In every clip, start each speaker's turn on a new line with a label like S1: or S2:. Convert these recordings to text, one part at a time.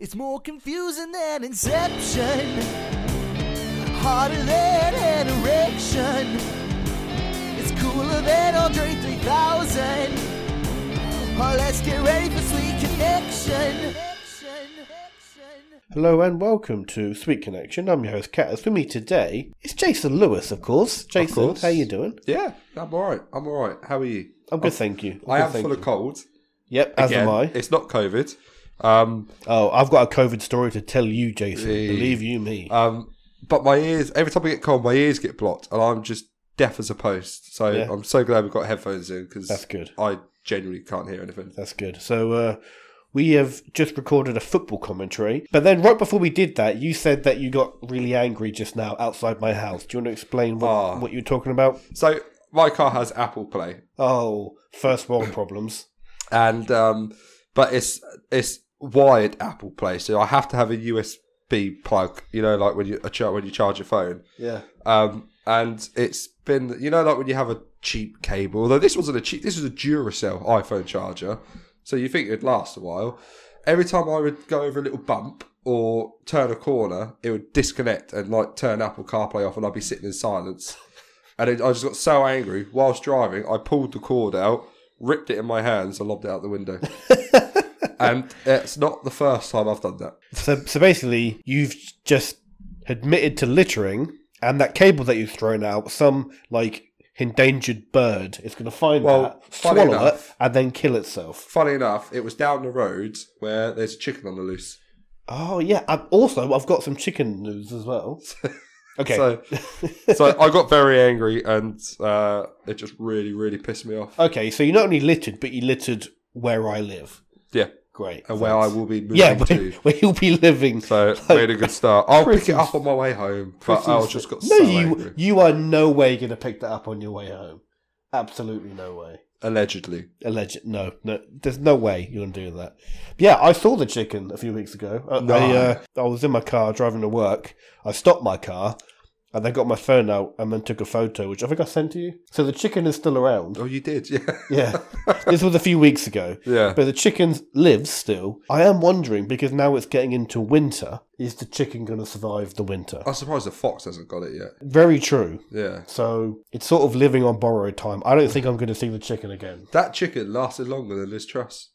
S1: It's more confusing than inception, harder than an erection. It's cooler than Andre 3000. Oh, let's get ready for sweet connection.
S2: Hello and welcome to Sweet Connection. I'm your host Kat. With me today is Jason Lewis, of course. Jason,
S3: course.
S2: how you doing?
S3: Yeah, I'm all right. I'm all right. How are you?
S2: I'm good, thank you. I'm
S3: I
S2: good,
S3: am
S2: thank
S3: full
S2: you.
S3: of cold.
S2: Yep, as
S3: Again,
S2: am I.
S3: It's not COVID. Um,
S2: Oh, I've got a COVID story to tell you, Jason.
S3: Yeah.
S2: Believe you me.
S3: um, but my ears. Every time I get cold, my ears get blocked, and I'm just deaf as a post. So
S2: Yeah.
S3: I'm so glad we've got headphones in because
S2: That's good.
S3: I genuinely can't hear anything.
S2: That's good. So uh, we have just recorded a football commentary, but then right before we did that, you said that you got really angry just now outside my house. Do you want to explain what,
S3: Ah.
S2: what you're talking about?
S3: So my car has Apple Play,
S2: Oh, first world problems.
S3: and um, but it's it's wired Apple Play, so I have to have a USB plug. You know, like when you a char- when you charge your phone.
S2: Yeah.
S3: Um, and it's been, you know, like when you have a cheap cable, although this wasn't a cheap, this was a Duracell iPhone charger. So you think it'd last a while. Every time I would go over a little bump or turn a corner, it would disconnect and like turn Apple CarPlay off, and I'd be sitting in silence. And it, I just got so angry whilst driving, I pulled the cord out, ripped it in my hands, and lobbed it out the window. and it's not the first time I've done that.
S2: So, so basically, you've just admitted to littering, and that cable that you've thrown out, some like endangered bird is going to find
S3: Well,
S2: that,
S3: funny
S2: swallow
S3: enough-
S2: it, and then kill itself.
S3: Funny enough, it was down the road where there's a chicken on the loose.
S2: Oh yeah. i also, I've got some chicken news as well. Okay.
S3: So, so I got very angry, and uh, it just really, really pissed me off.
S2: Okay, so you not only littered, but you littered where I live.
S3: Yeah,
S2: Great.
S3: and where I will be moving
S2: yeah, where,
S3: to.
S2: where you'll be living.
S3: So
S2: Like,
S3: made a good start. I'll pick
S2: pretty-
S3: it up on my way home, but I just got
S2: no,
S3: so
S2: you
S3: angry.
S2: you are no way going to pick that up on your way home. Absolutely no way.
S3: Allegedly,
S2: Alleged. No, no. There's no way you're going to do that. yeah, I saw the chicken a few weeks ago. I,
S3: No.
S2: I, uh, I was in my car driving to work. I stopped my car. And then got my phone out and then took a photo, which I think I sent to you. So the chicken is still around.
S3: oh, you did, yeah,
S2: Yeah. this was a few weeks ago.
S3: yeah.
S2: But the chicken lives still. I am wondering because now it's getting into winter. Is the chicken going to survive the winter?
S3: I'm surprised the fox hasn't got it yet.
S2: Very true.
S3: Yeah,
S2: So it's sort of living on borrowed time. I don't think I'm going to see the chicken again.
S3: that chicken lasted longer than Liz Truss.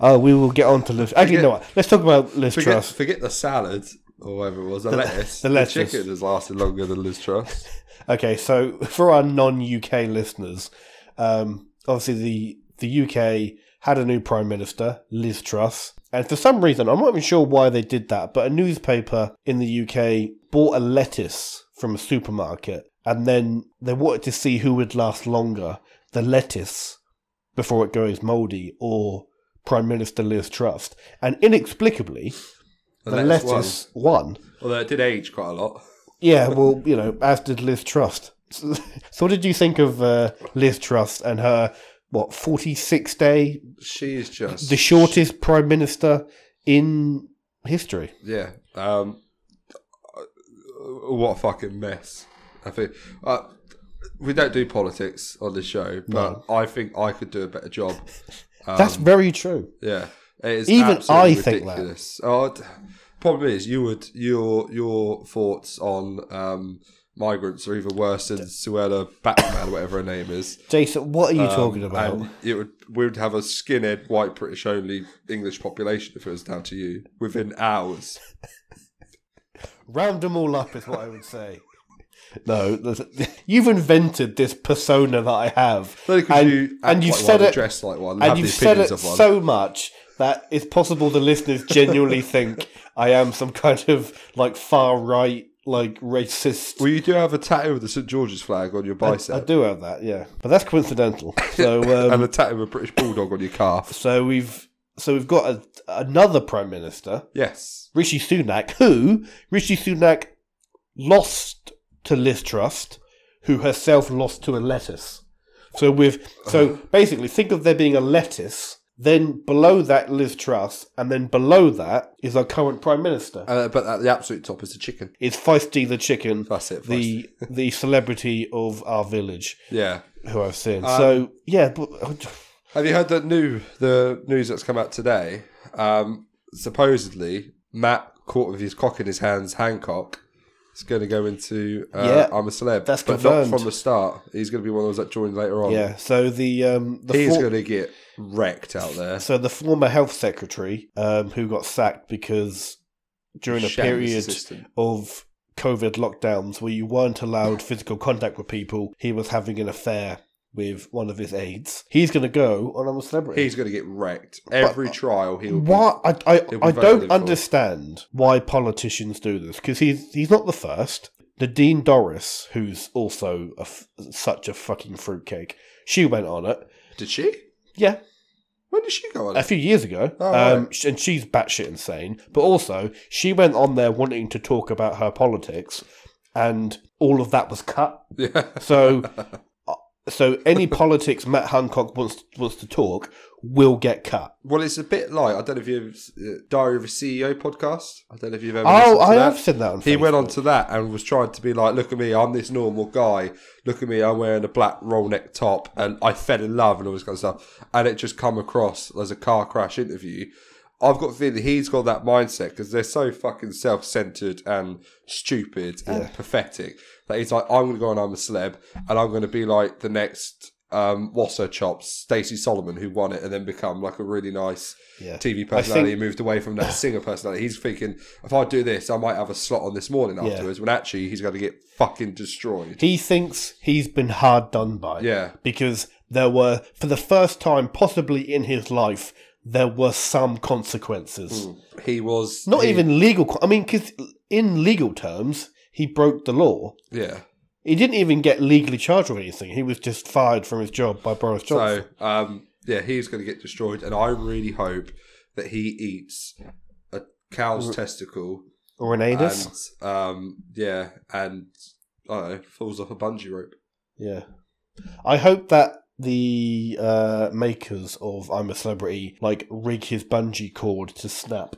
S2: Oh, we will get on to Liz. Actually, no. Let's talk about Liz
S3: Forget,
S2: Truss.
S3: forget the salad or whatever it was. The, lettuce.
S2: the lettuce.
S3: chicken has lasted longer than Liz Truss.
S2: Okay, so for our non-UK listeners, um, obviously the the UK had a new prime minister, Liz Truss, and for some reason I'm not even sure why they did that, but a newspaper in the UK bought a lettuce from a supermarket, and then they wanted to see who would last longer, the lettuce, before it goes mouldy, or Prime Minister Liz Truss, and inexplicably
S3: The
S2: the
S3: lettuce won.
S2: lettuce won.
S3: Although it did age quite a lot.
S2: Yeah, well, you know, as did Liz Trust. So, so what did you think of uh, Liz Trust and her what forty six day,
S3: She's just
S2: the shortest prime minister in history?
S3: Yeah. Um, what a fucking mess. I think uh, we don't do politics on this show, but I think I could do a better job. Um,
S2: That's very true.
S3: Yeah. It is
S2: Even
S3: absolutely
S2: I think that.
S3: ridiculous. Oh, d- problem is, you would your your thoughts on um, migrants are even worse than Suella Batman, whatever her name is.
S2: Jason, what are you
S3: um,
S2: talking about?
S3: And it would we would have a skinhead, white, British only English population if it was down to you within hours.
S2: Round them all up is what I would say. no, there's- you've invented this persona that I have,
S3: Only 'cause
S2: and,
S3: you act
S2: and you've
S3: like
S2: said
S3: one,
S2: it,
S3: dress like one, have
S2: and
S3: the
S2: you've said it
S3: opinions of one.
S2: so much that it's possible the listeners genuinely think I am some kind of like far right, like racist.
S3: well, you do have a tattoo of the St George's flag on your
S2: I
S3: bicep,
S2: do have that, yeah, but that's coincidental. So, um,
S3: and a tattoo of a British bulldog on your calf.
S2: so we've so we've got a, another prime minister,
S3: Yes,
S2: Rishi Sunak, who Rishi Sunak lost to Liz Trust, who herself lost to a lettuce. So with
S3: Uh-huh.
S2: so basically think of there being a lettuce, then below that Liz Truss, and then below that is our current Prime Minister.
S3: uh, but at the absolute top is the chicken.
S2: It's Feisty the Chicken,
S3: That's it. Feisty.
S2: the the celebrity of our village
S3: yeah.
S2: who I've seen.
S3: Um,
S2: so yeah, but
S3: Have you heard the new the news that's come out today? Um, supposedly Matt caught with his cock in his hands, Hancock. is going to go into uh,
S2: Yeah,
S3: I'm a celeb,
S2: that's
S3: but
S2: confirmed.
S3: not from the start. He's going to be one of those that joined later on.
S2: Yeah. So the um the
S3: he's
S2: for-
S3: going to get wrecked out there.
S2: so the former health secretary um who got sacked because during a
S3: Shameless
S2: period
S3: assistant.
S2: of COVID lockdowns where you weren't allowed physical contact with people, he was having an affair with one of his aides. He's going to go on I'm a Celebrity.
S3: He's going to get wrecked every trial. He'll be-
S2: why I I,
S3: be
S2: I
S3: voted
S2: don't
S3: for.
S2: understand why politicians do this because he's he's not the first. Nadine Doris, who's also a f- such a fucking fruitcake, she went on it.
S3: did she?
S2: Yeah,
S3: When did she go on?
S2: a
S3: it?
S2: few years ago.
S3: Oh,
S2: um, sh- And she's batshit insane. But also, she went on there wanting to talk about her politics, and all of that was cut.
S3: Yeah.
S2: So, uh, so any politics Matt Hancock wants wants to talk will get cut.
S3: Well, it's a bit like I don't know if you've uh, Diary of a CEO podcast. I don't know if you've ever. listened
S2: Oh,
S3: to
S2: I
S3: that.
S2: have seen that on.
S3: He
S2: Facebook.
S3: went on to that and was trying to be like, "Look at me, I'm this normal guy. Look at me, I'm wearing a black roll neck top, and I fell in love and all this kind of stuff." And it just come across as a car crash interview. I've got the feeling he's got that mindset because they're so fucking self centered and stupid and pathetic that he's like, "I'm going to go and I'm a celeb, and I'm going to be like the next." Um, what's her chops? Stacey Solomon, who won it, and then become like a really nice
S2: Yeah.
S3: TV
S2: I
S3: personality
S2: think-
S3: moved away from that singer personality. He's thinking, if I do this, I might have a slot on this morning afterwards. When actually, he's going to get fucking destroyed.
S2: He thinks he's been hard done by.
S3: Yeah.
S2: Because there were, for the first time possibly in his life, there were some
S3: Hmm.
S2: consequences.
S3: He was
S2: Not
S3: he-
S2: even legal. co- I mean, because in legal terms, he broke the law.
S3: yeah.
S2: He didn't even get legally charged with anything. He was just fired from his job by Boris Johnson.
S3: So um, yeah, he's going to get destroyed, and I really hope that he eats a cow's testicle
S2: or an anus.
S3: and um, yeah, and I don't know, falls off a bungee rope.
S2: Yeah. I hope that the uh, makers of I'm a Celebrity like rig his bungee cord to snap.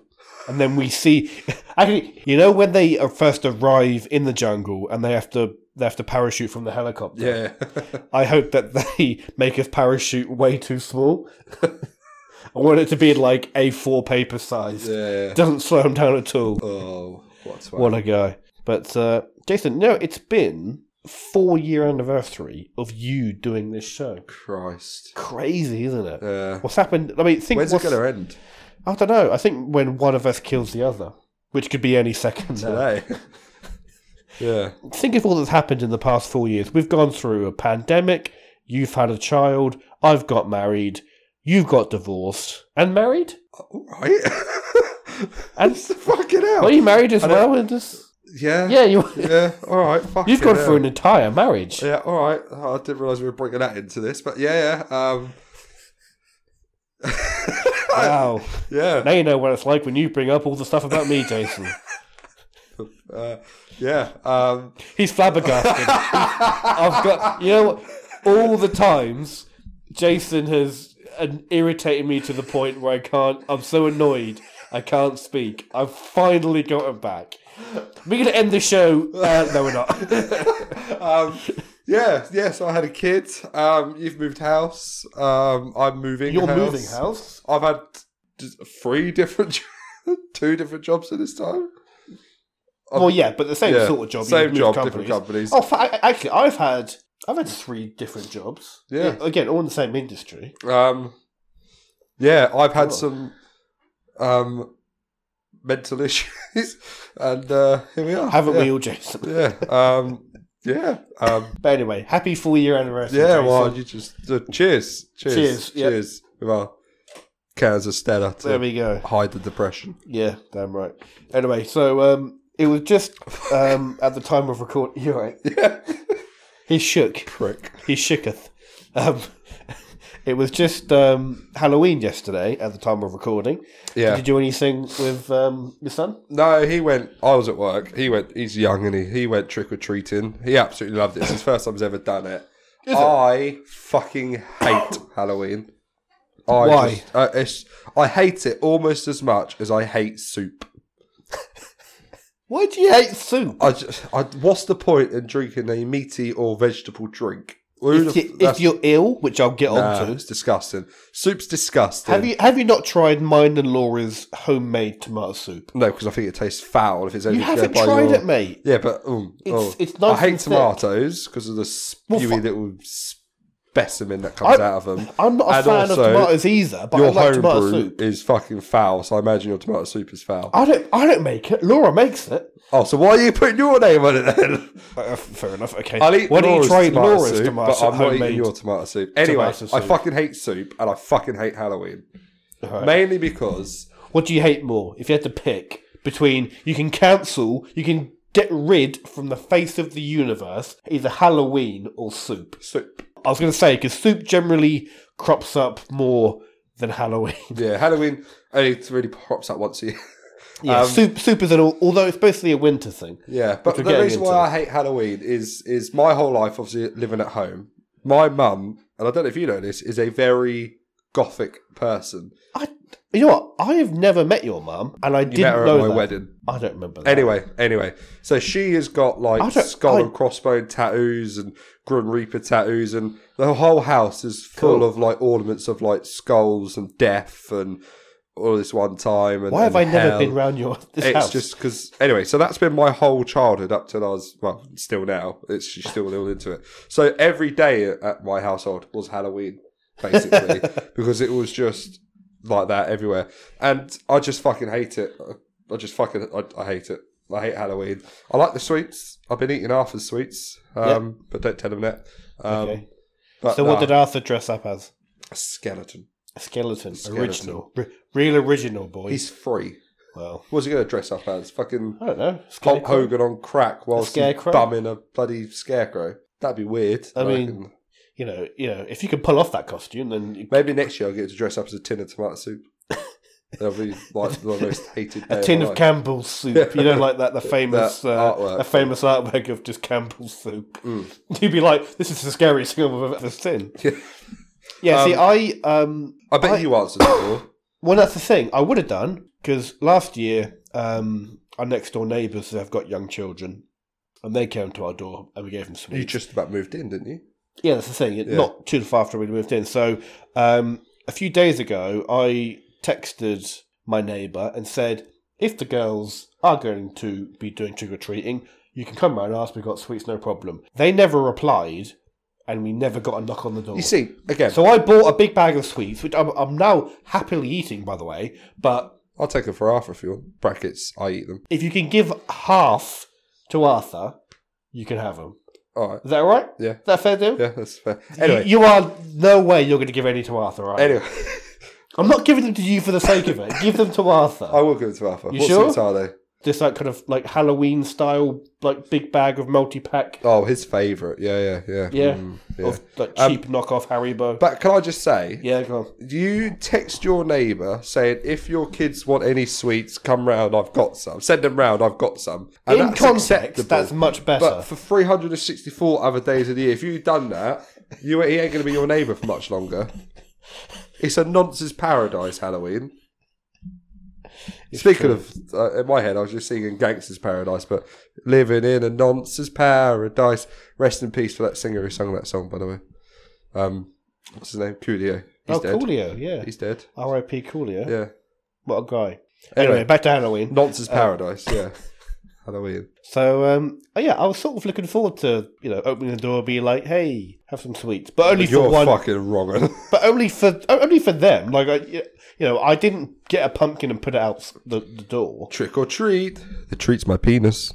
S2: And then we see actually you know when they uh, first arrive in the jungle and they have to they have to parachute from the helicopter.
S3: Yeah,
S2: I hope that they make his parachute way too small. I want it to be like A4 paper size.
S3: yeah.
S2: Doesn't slow him down at all.
S3: Oh, what's
S2: What a guy. But uh, Jason, no, it's been four year anniversary of you doing this show.
S3: Christ?
S2: Crazy, isn't it?
S3: Yeah.
S2: What's happened? I mean, think.
S3: When's it
S2: what's,
S3: going to end?
S2: I don't know. I think when one of us kills the other, which could be any second. now.
S3: Today. yeah.
S2: Think of all that's happened in the past four years. We've gone through a pandemic. You've had a child. I've got married. You've got divorced and married.
S3: All right.
S2: And
S3: fucking hell.
S2: were you married as
S3: I don't-
S2: well? And just,
S3: Yeah.
S2: yeah, you.
S3: Yeah. All right. Fucking
S2: You've gone
S3: hell.
S2: through an entire marriage.
S3: Yeah. All right. Oh, I didn't realize we were bringing that into this, but yeah. Yeah. Um,
S2: Wow.
S3: yeah.
S2: Now you know what it's like when you bring up all the stuff about me, Jason.
S3: Uh, yeah. Um,
S2: He's flabbergasted. I've got you know what? all the times Jason has uh, irritated me to the point where I can't. I'm so annoyed I can't speak. I've finally got him back. We're gonna end the show. Uh, no, we're not.
S3: um, yeah. Yeah. So I had a kid. Um, you've moved house. Um, I'm moving.
S2: You're
S3: house.
S2: moving house.
S3: I've had just three different, two different jobs at this time.
S2: Well, yeah, but the same
S3: Yeah,
S2: sort of job.
S3: Same
S2: you've
S3: job,
S2: moved
S3: different companies.
S2: Oh, fa- I- actually, I've had I've had three different jobs.
S3: Yeah.
S2: Again, all in the same industry.
S3: Um, yeah, I've had
S2: Oh.
S3: some um, mental issues, and uh, here we are.
S2: Haven't
S3: yeah.
S2: we all, Jason?
S3: Yeah, um, yeah, um,
S2: But anyway, happy four year anniversary.
S3: yeah.
S2: Jason.
S3: Well, you just uh, cheers, cheers,
S2: Cheers,
S3: cheers,
S2: yeah.
S3: cheers. With our cans of Stella
S2: there
S3: to
S2: we go.
S3: hide the depression.
S2: Yeah, damn right. Anyway, so um, it was just um, at the time of record. You're right.
S3: Yeah,
S2: He shook.
S3: prick.
S2: He shooketh. Um, it was just um, Halloween yesterday at the time of recording.
S3: Yeah.
S2: Did you do anything with um, your son?
S3: No, he went. I was at work. He went. He's young and he he went trick or treating. He absolutely loved it. It's his first time he's ever done it. I fucking hate Halloween. I
S2: Why?
S3: Just, uh, it's, I hate it almost as much as I hate soup.
S2: Why do you hate soup?
S3: I just. I, what's the point in drinking a meaty or vegetable drink? Well,
S2: If,
S3: who'd have-
S2: you, if
S3: Oh, that's-
S2: you're ill, which I'll get
S3: nah,
S2: onto,
S3: it's disgusting. Soup's disgusting.
S2: have you have you not tried mine and Laura's homemade tomato soup?
S3: No, because I think it tastes foul if it's
S2: You
S3: only
S2: haven't
S3: by
S2: tried
S3: your-
S2: it, mate.
S3: Yeah, but um,
S2: It's-
S3: oh.
S2: it's nice
S3: I hate
S2: and thick.
S3: tomatoes because of the spewy
S2: fu-
S3: little specimen that comes
S2: I-
S3: out of them.
S2: I'm not a
S3: And
S2: fan of
S3: also,
S2: tomatoes either, but I
S3: Your
S2: like tomato
S3: homebrew
S2: soup.
S3: is fucking foul, so I imagine your tomato soup is foul.
S2: I don't I don't make it. Laura makes it.
S3: oh, so why are you putting your name on it then?
S2: Uh, fair enough. Okay.
S3: I'll eat
S2: Why don't
S3: Laura's
S2: you try
S3: tomato
S2: Laura's eh?
S3: soup,
S2: tomato
S3: but
S2: soup
S3: I'm not
S2: homemade?
S3: eating your tomato soup. Anyway,
S2: Tomato
S3: I
S2: soup.
S3: fucking hate soup and I fucking hate Halloween.
S2: Alright.
S3: Mainly because
S2: What do you hate more? If you had to pick between you can cancel, you can get rid from the face of the universe, either Halloween or soup.
S3: soup.
S2: I was going to say because soup generally crops up more than Halloween.
S3: Yeah, Halloween only really pops up once a year.
S2: Yeah, Um, soup soup is an al- although it's basically a winter thing.
S3: Yeah, but
S2: we're
S3: the
S2: getting
S3: reason
S2: into.
S3: why I hate Halloween is is my whole life, obviously living at home. My mum, and I don't know if you know this, is a very gothic person.
S2: I, you know what? I have never met your mum, and I
S3: You
S2: didn't
S3: met her
S2: know
S3: at my
S2: that.
S3: wedding.
S2: I don't remember that.
S3: Anyway, anyway, so she has got
S2: I
S3: like
S2: don't-
S3: skull
S2: I-
S3: and crossbone tattoos and grim reaper tattoos, and the whole house is full
S2: Cool.
S3: of like ornaments of like skulls and death and all this one time. And,
S2: why have I
S3: and
S2: never
S3: hell.
S2: been round your this
S3: It's
S2: house?
S3: just because anyway. So that's been my whole childhood up till I was well, still now. It's she's still a little into it. So every day at my household was Halloween, basically, because it was just like that everywhere, and I just fucking hate it. I- I just fucking I, I hate it. I hate Halloween. I like the sweets. I've been eating Arthur's sweets, um, but don't tell him that. Um, uh,
S2: Okay.
S3: But
S2: so
S3: nah,
S2: what did Arthur dress up as?
S3: a skeleton?
S2: A skeleton.
S3: Skeleton.
S2: Original. Re- real original boy.
S3: He's free.
S2: well,
S3: What's he going to dress up as? Fucking
S2: I don't know.
S3: Hulk
S2: Scarecrow?
S3: Hogan on crack whilst he's
S2: scarecrow?
S3: bumming a bloody scarecrow. That'd be weird.
S2: I mean-
S3: reckon.
S2: You know, you know, if you can pull off that costume, then you-
S3: maybe next year I'll get to dress up as a tin of tomato soup. That'll be like the most hated. Day
S2: a tin
S3: my
S2: of
S3: life.
S2: Campbell's soup. You know, like that the famous
S3: That
S2: uh,
S3: artwork.
S2: the famous artwork of just Campbell's soup.
S3: Mm.
S2: You'd be like, "This is the scariest thing I've ever seen." Yeah. see, I um,
S3: I bet
S2: I-
S3: you answered that all.
S2: Well, that's the thing. I would have done because last year, um, our next door neighbours have got young children, and they came to our door and we gave them sweets.
S3: You just about moved in, didn't you?
S2: Yeah, that's the thing. It
S3: Yeah.
S2: Not too far after we moved in. So um, a few days ago, I texted my neighbour and said, if the girls are going to be doing trick or treating, you can come round and ask. We've got sweets, no problem. They never replied, and we never got a knock on the door.
S3: You see, again,
S2: so I bought a big bag of sweets, which I'm, I'm now happily eating, by the way. But
S3: I'll take them for Arthur if you want. Brackets, I eat them.
S2: if you can give half to Arthur, you can have them.
S3: All right.
S2: Is that all right?
S3: Yeah.
S2: Is that fair, deal?
S3: Yeah, that's fair.
S2: Anyway.
S3: Anyway,
S2: You, are no way you're going to give any to Arthur, right?
S3: anyway,
S2: I'm not giving them to you for the sake of it. Give them to Arthur.
S3: I will give it to Arthur.
S2: You
S3: what
S2: sure?
S3: sweets are they?
S2: This like kind of like Halloween style like big bag of multi pack
S3: Oh, his favourite. Yeah, yeah, yeah.
S2: Yeah.
S3: Mm, yeah.
S2: of like cheap knockoff Haribo.
S3: But can I just say,
S2: yeah, go on.
S3: you text your neighbour saying if your kids want any sweets, come round. I've got some. Send them round. I've got some. And
S2: In
S3: that's
S2: context,
S3: acceptable.
S2: that's much better.
S3: But for 364 other days of the year, if you've done that, you he ain't going to be your neighbour for much longer. It's a nonsense paradise, Halloween. Speaking of, uh, in my head, I was just singing Gangster's Paradise, but living in a nonsense paradise. Rest in peace for that singer who sung that song, by the way. Um, what's his name? Coolio. He's
S2: oh,
S3: dead.
S2: Coolio, yeah.
S3: He's dead.
S2: R.I.P. Coolio.
S3: Yeah.
S2: What a guy. Anyway,
S3: Anyway.
S2: back to Halloween.
S3: Nonsense Paradise. Yeah. Halloween.
S2: So, um, oh, yeah, I was sort of looking forward to you know opening the door, be like, "Hey, have some sweets," but only
S3: You're
S2: for one.
S3: fucking wrong.
S2: But only for only for them. Like, I, you know, I didn't get a pumpkin and put it out the, the door.
S3: Trick or treat. The treat's my penis.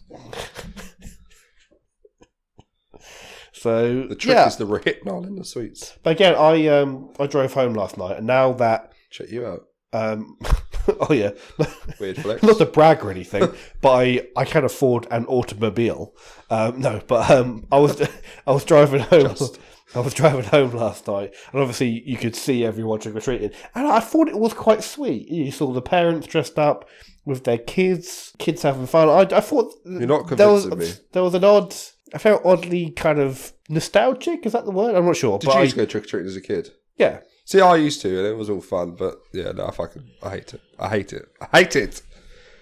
S2: So
S3: The trick
S2: yeah,
S3: is the rehypnol in the sweets.
S2: But again, I um I drove home last night, and now that
S3: Check you out.
S2: um oh yeah,
S3: Weird flex.
S2: not to brag or anything, but I I can afford an automobile. Um, no, but um I was I was driving home. I was driving home last night, and obviously you could see everyone trick or treating, and I thought it was quite sweet. You saw the parents dressed up with their kids, kids having fun. I, I thought
S3: You're not
S2: there was
S3: convincing me.
S2: there was an odd. I felt oddly kind of nostalgic. Is that the word? I'm not sure.
S3: Did
S2: but
S3: you
S2: I-
S3: used to go trick or treating as a kid?
S2: yeah.
S3: See, I used to, and it was all fun. But yeah, no, I fucking, I hate it. I hate it. I hate it.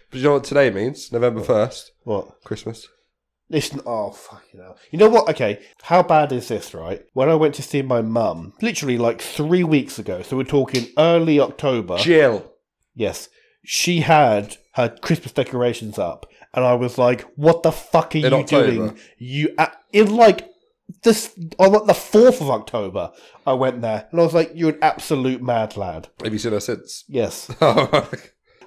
S3: But you know what today means? November first,
S2: What?
S3: Christmas.
S2: Listen, oh fucking hell! You know what? Okay, how bad is this, right? When I went to see my mum, literally like three weeks ago, so we're talking early October.
S3: Jill.
S2: yes, she had her Christmas decorations up, and I was like, "What the fuck are
S3: In
S2: you
S3: October.
S2: doing? You a in like this on like the fourth of October?" I went there, and I was like, "You're an absolute mad lad."
S3: Have you seen her since?
S2: Yes.
S3: Oh,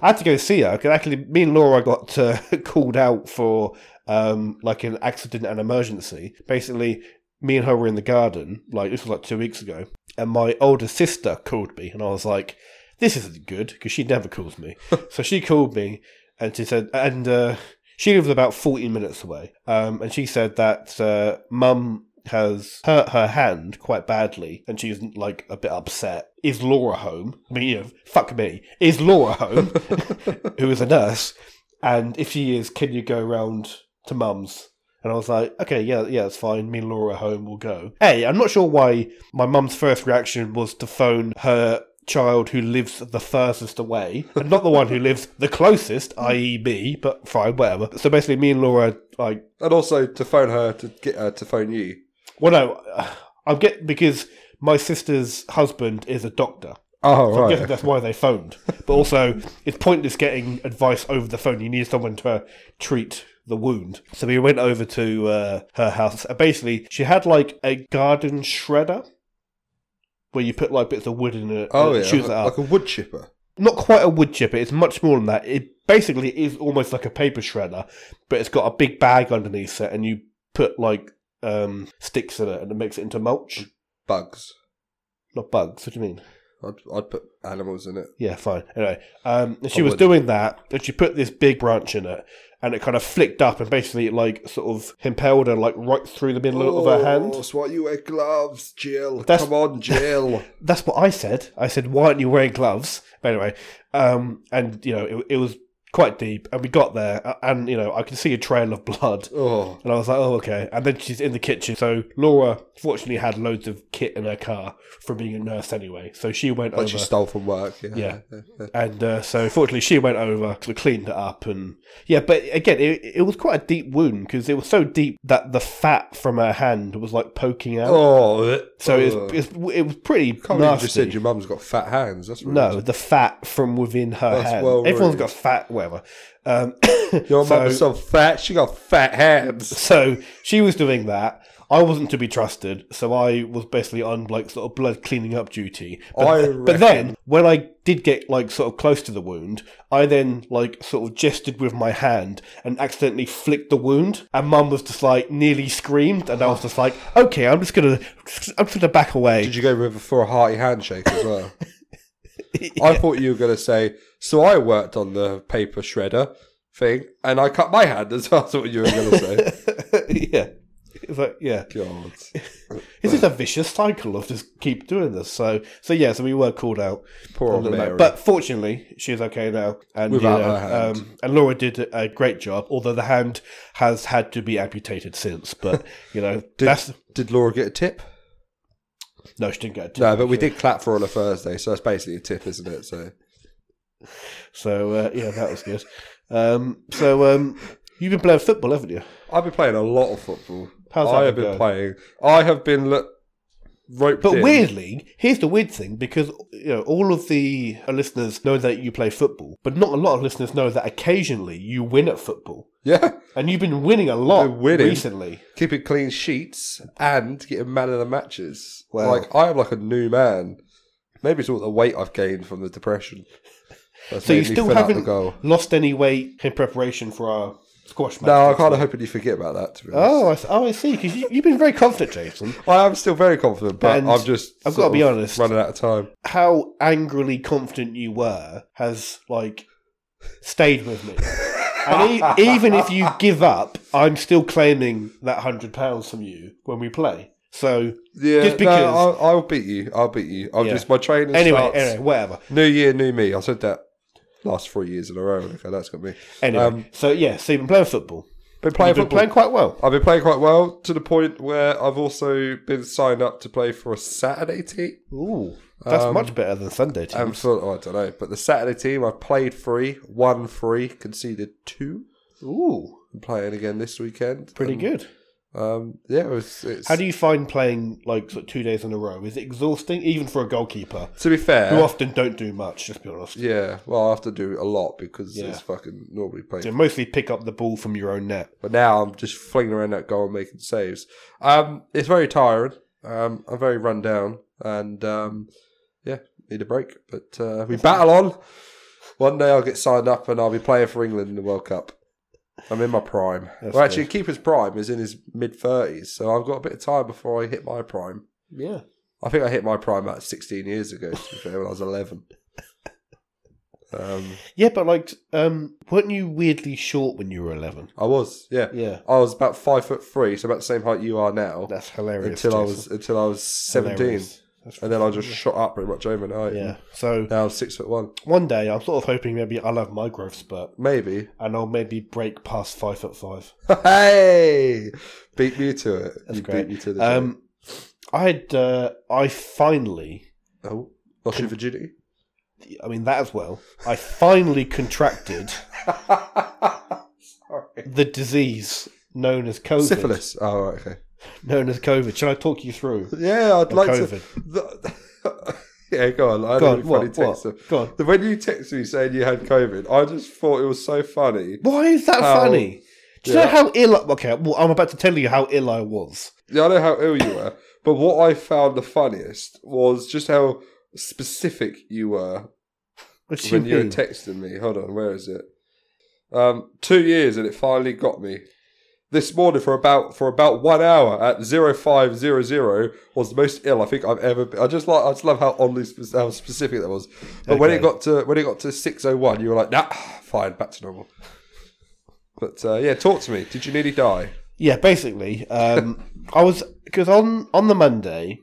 S2: I had to go see her 'cause actually, me and Laura got uh, called out for um, like an accident and emergency. Basically, me and her were in the garden. Like this was like two weeks ago, and my older sister called me, and I was like, "This isn't good," because she never calls me. so she called me, and she said, and uh, she lives about fourteen minutes away, um, and she said that uh, mum has hurt her hand quite badly and she's like a bit upset is laura home i mean you know, fuck me is laura home who is a nurse, and if she is, can you go round to mum's? And I was like, okay, yeah, yeah, it's fine. Me and Laura are home, we'll go. Hey, I'm not sure why my mum's first reaction was to phone her child who lives the furthest away, and not the one who lives the closest, i.e., me, but fine, whatever. So basically, me and Laura, like,
S3: and also to phone her to get her to phone you.
S2: well, no, I'm getting because my sister's husband is a doctor.
S3: Oh,
S2: I'm guessing that's why they phoned. But also, it's pointless getting advice over the phone. You need someone to uh, treat the wound. So we went over to uh, her house. And basically, she had like a garden shredder where you put like bits of wood in it.
S3: Oh,
S2: and
S3: yeah.
S2: it chews
S3: Like,
S2: it up.
S3: like a wood chipper.
S2: Not quite a wood chipper. It's much more than that. It basically is almost like a paper shredder, but it's got a big bag underneath it, and you put like um, sticks in it, and it makes it into mulch.
S3: Bugs.
S2: Not bugs. What do you mean?
S3: I'd, I'd put animals in it.
S2: Yeah, fine. Anyway, um, and she
S3: I
S2: was
S3: would.
S2: doing that, and she put this big branch in it, and it kind of flicked up, and basically, it, like, sort of impaled her, like, right through the middle of her hand.
S3: Oh, That's why you wear gloves, Jill.
S2: That's-
S3: Come on, Jill.
S2: That's what I said. I said, "Why aren't you wearing gloves?" But anyway, um, and you know, it, it was quite deep, and we got there, a- and you know, I could see a trail of blood.
S3: oh,
S2: And I was like, oh, okay. And then she's in the kitchen. So Laura fortunately had loads of kit in her car from being a nurse anyway. So she went
S3: like
S2: over.
S3: she stole from work. Yeah.
S2: Yeah. And uh, so, fortunately, she went over, sort of cleaned it up, and yeah. But again, it, it was quite a deep wound because it was so deep that the fat from her hand was like poking out.
S3: Oh,
S2: so it
S3: oh.
S2: was, it's, it was pretty
S3: Can't believe you
S2: nasty.
S3: just said your mum's got fat hands. That's rude.
S2: no, the fat from within her
S3: That's
S2: hand.
S3: well
S2: Everyone's
S3: rude.
S2: got fat, whatever. Um, so-
S3: Your mum's so fat. She got fat hands.
S2: So she was doing that. I wasn't to be trusted, so I was basically on like sort of blood cleaning up duty. But,
S3: I
S2: but then when I did get like sort of close to the wound, I then like sort of gestured with my hand and accidentally flicked the wound. And Mum was just like nearly screamed, and I was just like, okay, I'm just gonna, I'm just gonna back away.
S3: Did you go with for a hearty handshake as well? I thought you were going to say. So I worked on the paper shredder thing, and I cut my hand as well. That's what you were going to say.
S2: yeah. It was like, yeah.
S3: God.
S2: It's just a vicious cycle of just keep doing this. So, so yeah, so we were called out.
S3: Poor old
S2: Look back.
S3: Mary.
S2: But fortunately, she's okay now. And,
S3: Without
S2: you know,
S3: her hand.
S2: Um, and Laura did a great job, although the hand has had to be amputated since. But, you know, that's.
S3: Did Laura get a tip?
S2: No, she didn't get a tip.
S3: No, but we did clap for her on a Thursday, so that's basically a tip, isn't it? So
S2: So, uh, yeah, that was good. Um, so, um, you've been playing football, haven't you?
S3: I've been playing a lot of football.
S2: How's that
S3: I have
S2: been going?
S3: been playing. I have been look, roped
S2: But
S3: in.
S2: weirdly, here's the weird thing because you know all of the listeners know that you play football, but not a lot of listeners know that occasionally you win at football,
S3: Yeah,
S2: and you've been winning a lot
S3: Been winning.
S2: recently.
S3: keeping clean sheets and getting man of the matches.
S2: Wow.
S3: Like I am like a new man. Maybe it's all the weight I've gained from the depression. That's
S2: So you
S3: made me
S2: still
S3: fill out the
S2: haven't
S3: goal.
S2: lost any weight in preparation for our squash match?
S3: No, I
S2: next
S3: kind
S2: week?
S3: of hoping you forget about that. To be honest.
S2: Oh, I, s- oh, I see. Because you, you've been very confident, Jason.
S3: I am still very confident, but
S2: And
S3: I'm just
S2: I've
S3: sort
S2: gotta be
S3: of
S2: honest.
S3: running out of time.
S2: How angrily confident you were has like stayed with me. And e- even if you give up, I'm still claiming that hundred pounds from you when we play. So
S3: Yeah,
S2: Just because-
S3: no, I'll, I'll beat you. I'll beat you. I'll
S2: Yeah.
S3: just my training
S2: anyway,
S3: starts.
S2: anyway, whatever.
S3: New year, new me. I said that last three years in a row. Okay, that's got me.
S2: Anyway,
S3: Um,
S2: so yeah, so you've been playing football.
S3: Been playing
S2: You've been
S3: football.
S2: playing quite well.
S3: I've been playing quite well to the point where I've also been signed up to play for a Saturday team.
S2: Ooh, that's
S3: Um,
S2: much better than Sunday teams.
S3: And for, oh, I don't know, but the Saturday team I've played three, won three, conceded two.
S2: Ooh,
S3: I'm playing again this weekend.
S2: Pretty
S3: And,
S2: good.
S3: Um, yeah, it's, it's
S2: How do you find playing like sort of two days in a row? Is it exhausting, even for a goalkeeper
S3: to be fair.
S2: who often don't do much? Let's be honest.
S3: yeah, well, I have to do a lot because
S2: Yeah.
S3: it's fucking normally
S2: You
S3: painful.
S2: mostly pick up the ball from your own net.
S3: But now I'm just flinging around that goal and making saves. Um, it's very tiring. Um, I'm very run down, and um, yeah, need a break. But uh, we battle on. One day I'll get signed up and I'll be playing for England in the World Cup. I'm in my prime.
S2: That's
S3: well, actually,
S2: good.
S3: keeper's prime is in his mid thirties, so I've got a bit of time before I hit my prime.
S2: Yeah.
S3: I think I hit my prime about 16 years ago, to be fair, when I was 11. Um,
S2: Yeah, but like, um, weren't you weirdly short when you were eleven?
S3: I was, yeah.
S2: Yeah,
S3: I was about five foot three, so about the same height you are now.
S2: that's hilarious.
S3: Until I
S2: Jason.
S3: was until I was 17,
S2: Hilarious. That's
S3: and then I just shot up pretty much overnight.
S2: yeah. So
S3: Now I'm six foot one,
S2: one day, I'm sort of hoping maybe I'll have my growth spurt
S3: maybe.
S2: and I'll maybe break past five foot five.
S3: hey, beat me to it.
S2: That's
S3: you
S2: great.
S3: beat me to the
S2: Um, I had uh, I finally,
S3: joke. oh, lost your virginity.
S2: I mean that as well. I finally contracted
S3: Sorry.
S2: the disease known as COVID.
S3: Syphilis. Oh, right, okay.
S2: Known as COVID. Shall I talk you through?
S3: Yeah, I'd
S2: the
S3: like to.
S2: COVID.
S3: The- yeah, go on. I
S2: Go
S3: had a
S2: on.
S3: really funny
S2: What?
S3: text.
S2: What? Go on.
S3: When you texted me saying you had COVID, I just thought it was so funny.
S2: Why is that
S3: How-
S2: funny? Do you
S3: Yeah.
S2: know how ill? I, okay, well, I'm about to tell you how ill I was.
S3: Yeah, I know how ill you were, but what I found the funniest was just how specific you were
S2: What do
S3: when
S2: you
S3: you were
S2: mean?
S3: texting me. Hold on, where is it? Um, two years and it finally got me. This morning for about for about one hour at 0500 was the most ill I think I've ever been. I just like I just love how oddly spe- how specific that was. But when it
S2: Okay.
S3: got to when it got to six oh one, you were like, nah, fine, back to normal. But uh, yeah, talk to me. Did you nearly die?
S2: Yeah, basically, um, I was because on on the Monday,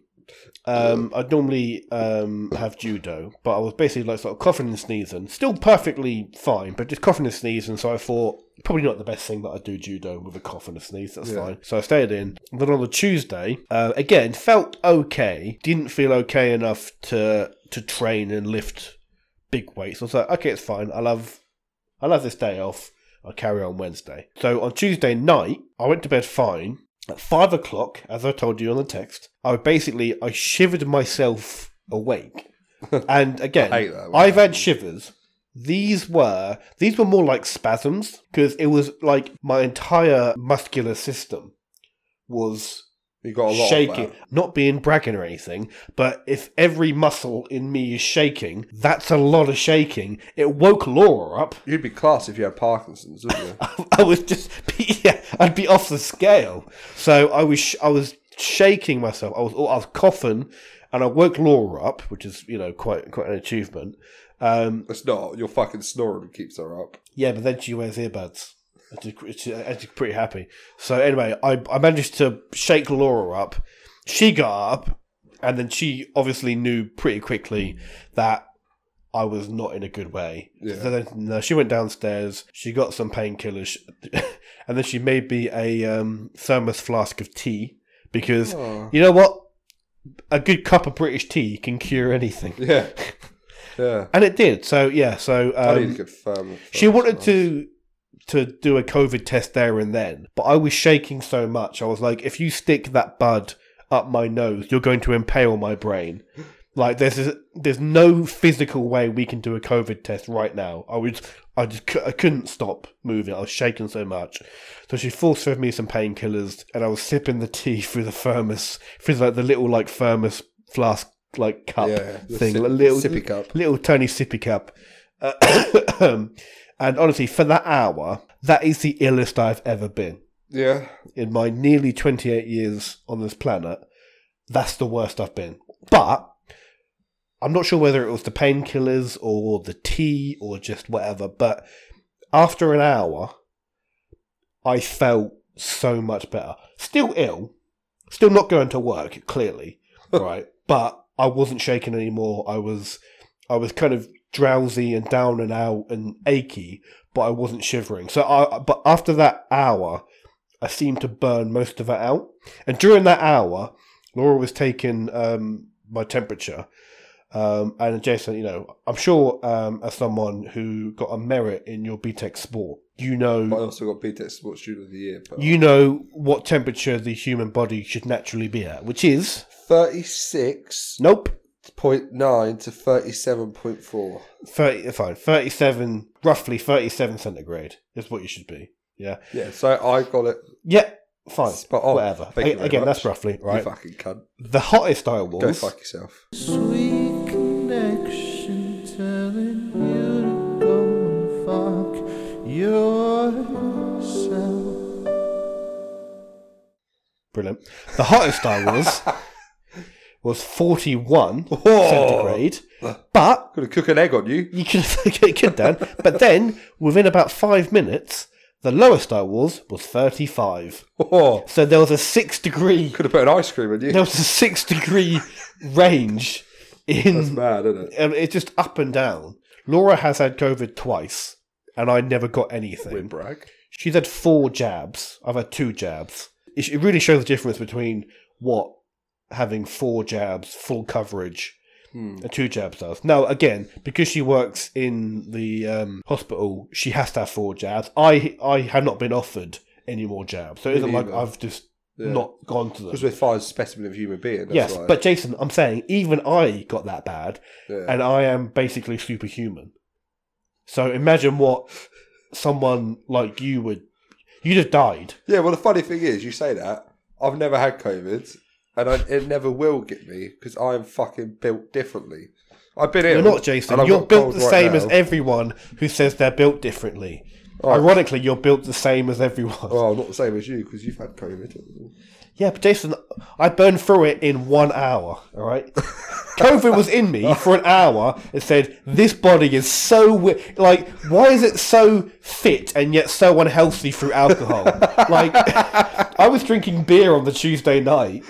S2: um, I'd normally um, have judo, but I was basically like sort of coughing and sneezing, still perfectly fine, but just coughing and sneezing. So I thought probably not the best thing that I do judo with a cough and a sneeze. That's
S3: Yeah.
S2: fine. So I stayed in. And then on the Tuesday, uh, again felt okay, didn't feel okay enough to to train and lift big weights. I was like, okay, it's fine. I'll have I'll have this day off. I'll carry on Wednesday. So on Tuesday night, I went to bed fine. At five o'clock, as I told you on the text, I basically I shivered myself awake. And again,
S3: I hate that when
S2: I've had shivers. These were these were more like spasms because it was like my entire muscular system was
S3: You got a lot Of
S2: shaking.
S3: that.
S2: Not being bragging or anything, but if every muscle in me is shaking, that's a lot of shaking. It woke Laura up.
S3: You'd be class if you had Parkinson's, wouldn't you?
S2: I was just, yeah, I'd be off the scale. So I was, sh- I was shaking myself. I was, I was coughing, and I woke Laura up, which is, you know, quite, quite an achievement. Um,
S3: It's not. Your fucking snoring keeps her up.
S2: yeah, but then she wears earbuds. And she's- she's and she's pretty happy. So anyway, I, I managed to shake Laura up. She got up, and then she obviously knew pretty quickly that I was not in a good way.
S3: Yeah.
S2: So then no, she went downstairs. She got some painkillers, and then she made me a um, thermos flask of tea because
S3: Oh.
S2: you know what, a good cup of British tea can cure anything,
S3: Yeah. Yeah.
S2: and it did. So yeah, so um,
S3: I need to confirm.
S2: she wanted to to do a COVID test there and then, but I was shaking so much. I was like, if you stick that bud up my nose, you're going to impale my brain. Like there's this- there's no physical way we can do a COVID test right now. I was I just cou- I couldn't stop moving. I was shaking so much. So she forced fed me some painkillers, and I was sipping the tea through the thermos, through like the little like thermos flask like cup
S3: Yeah, the
S2: thing,
S3: sip-
S2: like, little
S3: sippy cup.
S2: little tiny sippy cup. Uh, and honestly, for that hour, that is the illest I've ever been
S3: Yeah.
S2: in my nearly 28 years on this planet. That's the worst I've been. But I'm not sure whether it was the painkillers or the tea or just whatever. But after an hour, I felt so much better. Still ill, still not going to work, clearly, right? But I wasn't shaking anymore. I was, I was kind of drowsy and down and out and achy, but I wasn't shivering. So I, but after that hour, I seemed to burn most of it out. And during that hour, Laura was taking um, my temperature, Um, and Jason, you know, I'm sure um, as someone who got a merit in your BTEC sport, you
S3: But I
S2: know
S3: also got BTEC Sports Student of the Year. But
S2: you know what temperature the human body should naturally be at, which is
S3: uh, 36.9
S2: nope,
S3: to 37.4.
S2: thirty fine, thirty-seven, roughly thirty-seven centigrade is what you should be. Yeah,
S3: Yeah, so I got it.
S2: yeah, fine,
S3: Spot on.
S2: whatever.
S3: Thank you
S2: A-
S3: very
S2: again,
S3: much.
S2: that's roughly
S3: You
S2: right.
S3: fucking cunt.
S2: The hottest I
S3: Go
S2: was.
S3: fuck yourself.
S1: Sweet connection telling you to go and fuck yourself.
S2: Brilliant. The hottest I was was 41 centigrade, but
S3: Gonna cook an egg on you.
S2: you could get good down. But then, within about five minutes, the lowest I was was 35.
S3: Oh,
S2: So there was a six degree,
S3: could have put an ice cream on you.
S2: there was a six degree range
S3: That's
S2: in,
S3: mad, isn't it?
S2: um, it's just up and down. Laura has had COVID twice, and I never got anything.
S3: Win brag.
S2: She's had four jabs. I've had two jabs. It it really shows the difference between what having four jabs, full coverage,
S3: Hmm.
S2: and two jabs does. Now, again, because she works in the um, hospital, she has to have four jabs. I I have not been offered any more jabs, so it
S3: Me
S2: isn't like
S3: neither.
S2: I've just
S3: Yeah.
S2: not gone to them.
S3: Because we're fine specimen of human being. That's
S2: yes,
S3: why.
S2: but Jason, I'm saying even I got that bad,
S3: Yeah.
S2: and I am basically superhuman. So imagine what someone like you would. You'd have died.
S3: Yeah, well, the funny thing is, you say that I've never had COVID, and I, it never will get me because I am fucking built differently. I've been ill.
S2: You're not Jason.
S3: and I've
S2: You're
S3: got
S2: built
S3: cold
S2: the
S3: right
S2: same
S3: now.
S2: as everyone who says they're built differently.
S3: Alright.
S2: Ironically, you're built the same as everyone.
S3: Well, Oh, not the same as you because you've had COVID.
S2: Yeah, but Jason, I burned through it in one hour. All right, COVID was in me for an hour and said, "This body is so wi- like, why is it so fit and yet so unhealthy through alcohol?" like, I was drinking beer on the Tuesday night,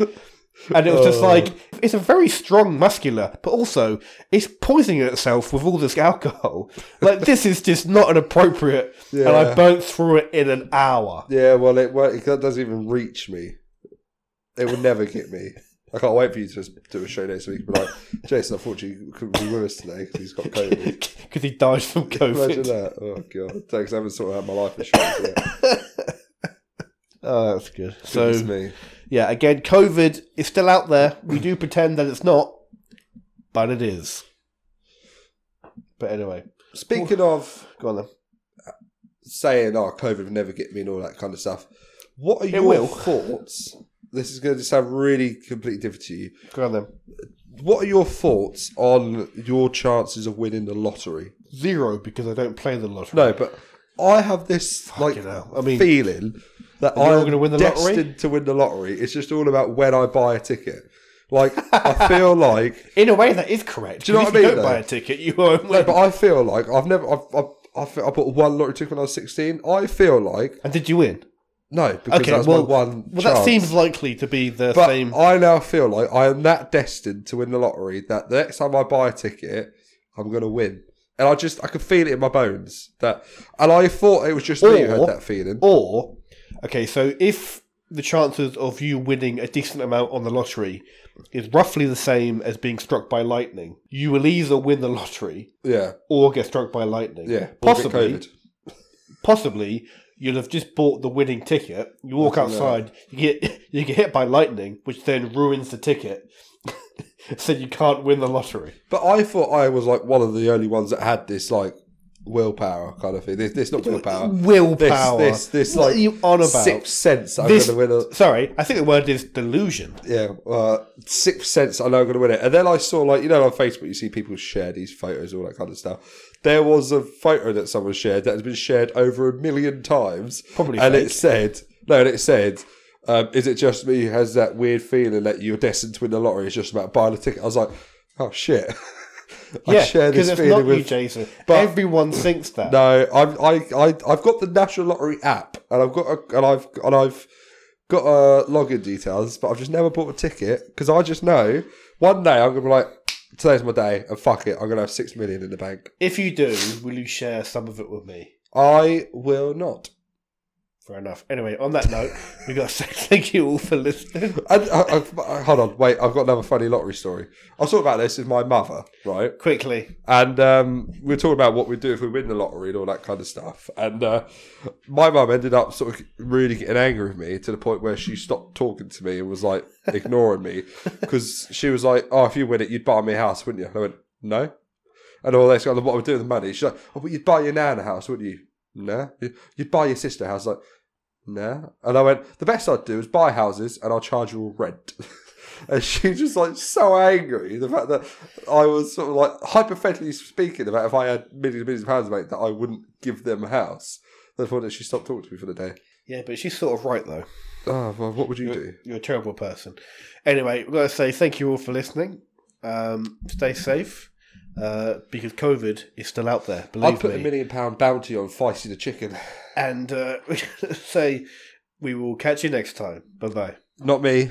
S2: and it was
S3: Oh.
S2: just like it's a very strong muscular, but also it's poisoning itself with all this alcohol. Like, this is just not an appropriate. And I
S3: Yeah.
S2: burnt through it in an hour.
S3: Yeah, well, it, won't- it doesn't even reach me. It will never get me. I can't wait for you to do a show next week. But like, Jason, unfortunately, you couldn't be with us today because he's got COVID.
S2: Because he died from
S3: Imagine
S2: COVID.
S3: that. Oh god, thanks. I haven't sorted out my life insurance yet.
S2: Oh, that's good.
S3: So
S2: So,
S3: me.
S2: yeah, again, COVID is still out there. We do pretend that it's not, but it is. But anyway,
S3: Speaking of
S2: go on then.
S3: saying, "Oh, COVID will never get me" and all that kind of stuff. What are
S2: It
S3: your
S2: will.
S3: thoughts? This is going to sound really completely different to you.
S2: Go on then.
S3: What are your thoughts on your chances of winning the lottery?
S2: Zero because I don't play the lottery.
S3: No, but I have this like
S2: hell. I mean-
S3: feeling that
S2: you're
S3: I'm
S2: gonna win the lottery?
S3: destined to win the lottery. It's just all about when I buy a ticket. Like I feel like
S2: In a way, that is correct.
S3: Do you know
S2: 'cause
S3: what
S2: if
S3: I mean,
S2: You don't buy
S3: though?
S2: a ticket, you won't
S3: no,
S2: win.
S3: but I feel like I've never I've, I've, I feel- I bought one lottery ticket when I was sixteen. I feel like
S2: and did you win?
S3: no because
S2: Okay,
S3: that's
S2: well,
S3: my one.
S2: well,
S3: chance.
S2: that seems likely to be the
S3: But
S2: same.
S3: I now feel like I am that destined to win the lottery that the next time I buy a ticket, I'm going to win. And I just, I could feel it in my bones. That, and I thought it was just me who
S2: Or-
S3: had that feeling.
S2: Or, okay, so if the chances of you winning a decent amount on the lottery is roughly the same as being struck by lightning, you will either win the lottery
S3: yeah,
S2: or get struck by lightning.
S3: yeah. Or get
S2: possibly,
S3: COVID.
S2: possibly you'll have just bought the winning ticket. You walk
S3: Fucking
S2: outside, you get you get hit by lightning, which then ruins the ticket, so you can't win the lottery.
S3: But I thought I was like one of the only ones that had this like willpower kind of thing. This, this not willpower.
S2: Willpower.
S3: This, this, this
S2: What
S3: like
S2: are you on about?
S3: sixth sense. that I'm
S2: This-
S3: going to win a
S2: Sorry, I think the word is delusion.
S3: yeah, uh, sixth sense. I know I'm going to win it. And then I saw, like, you know, on Facebook, you see people share these photos, all that kind of stuff. There was a photo that someone shared that has been shared over a million times.
S2: Probably
S3: And
S2: fake.
S3: it said, no, and it said, um, is it just me who has that weird feeling that you're destined to win the lottery? It's just about buying a ticket. I was like, oh, shit. I
S2: yeah,
S3: share
S2: because
S3: this
S2: it's
S3: feeling
S2: not
S3: with.
S2: you, Jason.
S3: but-
S2: Everyone thinks that.
S3: No, I've I, I I've got the National Lottery app, and I've got a, and I've and I've got uh, login details, but I've just never bought a ticket because I just know one day I'm gonna be like, today's my day, and fuck it, I'm gonna have six million in the bank.
S2: If you do, will you share some of it with me?
S3: I will not.
S2: Fair enough. Anyway, on that note, we got to say thank you all for listening.
S3: And uh, I, I, I- hold on, wait. I've got another funny lottery story. I was talking about this with my mother, right?
S2: Quickly,
S3: And um, we were talking about what we'd do if we win the lottery and all that kind of stuff. And uh, my mum ended up sort of really getting angry with me to the point where she stopped talking to me and was like ignoring me because she was like, "Oh, if you win it, you'd buy me a house, wouldn't you?" And I went, "No." And all this, kind of, what would do with the money? She's like, "Oh, but you'd buy your nan a house, wouldn't you?" Nah. "You- You'd buy your sister a house, like, nah. And I went, "The best I'd do is buy houses and I'll charge you all rent." And she just like so angry. The fact that I was sort of like hypothetically speaking about if I had millions and millions of pounds to make that I wouldn't give them a house. The point that she stopped talking to me for the day.
S2: yeah, but she's sort of right though.
S3: Oh, well, what would you do?
S2: You're a terrible person. Anyway, we've got to say thank you all for listening. Um, stay safe uh, because COVID is still out there.
S3: I'd
S2: Believe
S3: put
S2: me.
S3: a million pound bounty on Feisty the chicken.
S2: and uh, say we will catch you next time. Bye bye.
S3: Not me.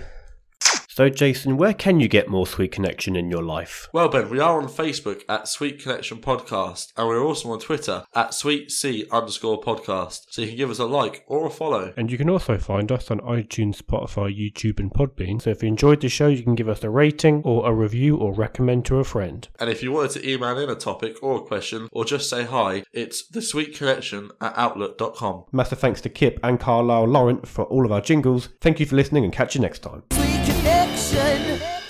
S4: So, Jason, where can you get more Sweet Connection in your life?
S5: Well, Ben, we are on Facebook at Sweet Connection Podcast, and we're also on Twitter at Sweet C underscore podcast. So you can give us a like or a follow.
S4: And you can also find us on iTunes, Spotify, YouTube, and Podbean. So, if you enjoyed the show, you can give us a rating or a review or recommend to a friend.
S5: And if you wanted to email in a topic or a question or just say hi, it's the Sweet Connection at outlook.com.
S4: Massive thanks to Kip and Carlisle Laurent for all of our jingles. Thank you for listening and catch you next time.
S1: Free connection.